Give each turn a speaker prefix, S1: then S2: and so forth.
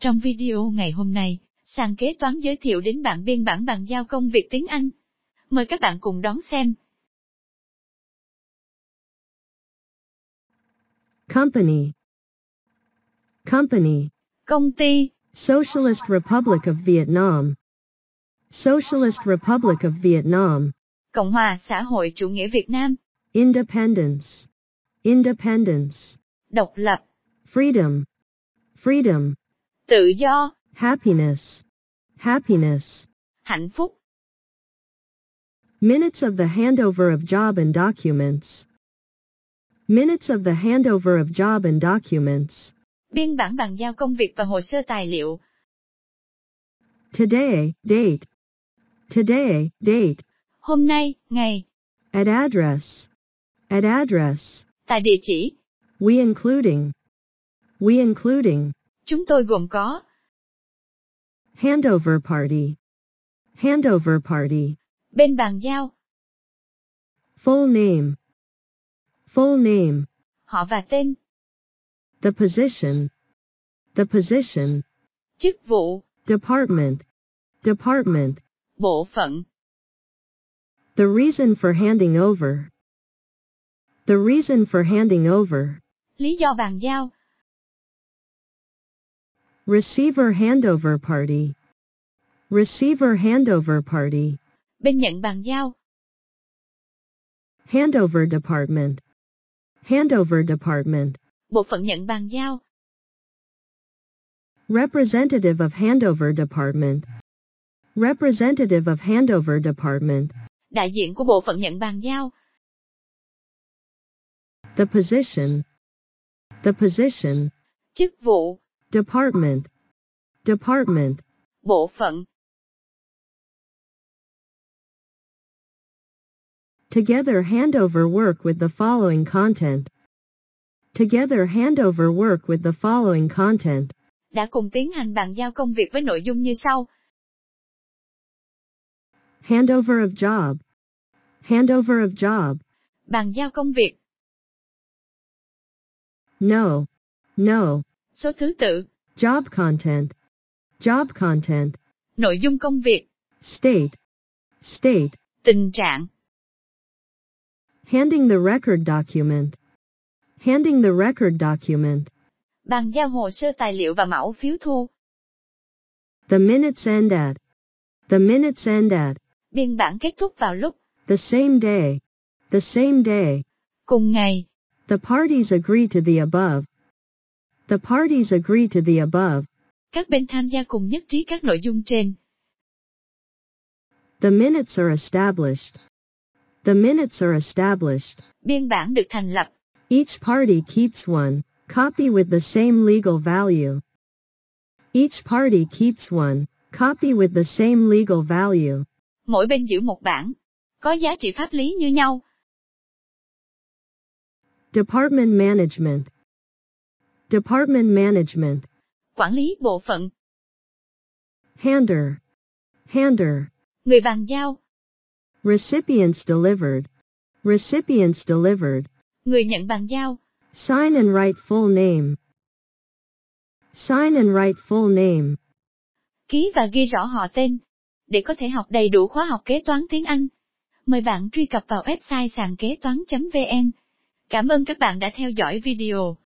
S1: Trong video ngày hôm nay, sàn kế toán giới thiệu đến bạn biên bản bàn giao công việc tiếng Anh. Mời các bạn cùng đón xem.
S2: Company. Company.
S1: Công ty,
S2: Socialist Republic of Vietnam. Socialist Republic of Vietnam.
S1: Cộng hòa xã hội chủ nghĩa Việt Nam,
S2: Independence. Independence.
S1: độc lập,
S2: Freedom. Freedom.
S1: tự do,
S2: Happiness. Happiness.
S1: hạnh phúc,
S2: Minutes of the handover of job and documents. Minutes of the handover of job and documents.
S1: biên bản bàn giao công việc và hồ sơ tài liệu.
S2: Today, date. Today, date.
S1: Hôm nay, ngày,
S2: At address. At address.
S1: tại địa chỉ,
S2: We including. We including.
S1: chúng tôi gồm có
S2: Handover party. Handover party.
S1: bên bàn giao,
S2: Full name. Full name.
S1: họ và tên,
S2: The position. The position.
S1: chức vụ,
S2: Department. Department.
S1: bộ phận,
S2: The reason for handing over. The reason for handing over.
S1: lý do bàn giao,
S2: Receiver handover party. Receiver handover party.
S1: bên nhận bàn giao,
S2: Handover department. Handover department.
S1: bộ phận nhận bàn giao,
S2: Representative of handover department. Representative of handover department.
S1: đại diện của bộ phận nhận bàn giao,
S2: The position. The position.
S1: chức vụ,
S2: Department. Department.
S1: bộ phận,
S2: Together handover work with the following content. Together handover work with the following content.
S1: đã cùng tiến hành bàn giao công việc với nội dung như sau.
S2: Handover of job. Handover of job.
S1: Bàn giao công việc,
S2: No. No.
S1: số thứ tự,
S2: Job content. Job content.
S1: nội dung công việc,
S2: State. State.
S1: tình trạng,
S2: Handing the record document. Handing the record document.
S1: bàn giao hồ sơ tài liệu và mẫu phiếu thu,
S2: The minutes end at. The minutes end at.
S1: biên bản kết thúc vào lúc,
S2: The same day. The same day.
S1: cùng ngày,
S2: The parties agree to the above. The parties agree to the above.
S1: các bên tham gia cùng nhất trí các nội dung trên,
S2: The minutes are established. The minutes are established.
S1: biên bản được thành lập,
S2: Each party keeps one copy with the same legal value. Each party keeps one copy with the same legal value.
S1: mỗi bên giữ một bản, có giá trị pháp lý như nhau,
S2: Department management. Department management.
S1: quản lý bộ phận,
S2: Hander. Hander.
S1: người bàn giao,
S2: Recipients delivered. Recipients delivered.
S1: người nhận bàn giao,
S2: Sign and write full name. Sign and write full name.
S1: ký và ghi rõ họ tên, để có thể học đầy đủ khóa học kế toán tiếng Anh. Mời bạn truy cập vào website sàn kế toán.vn. Cảm ơn các bạn đã theo dõi video.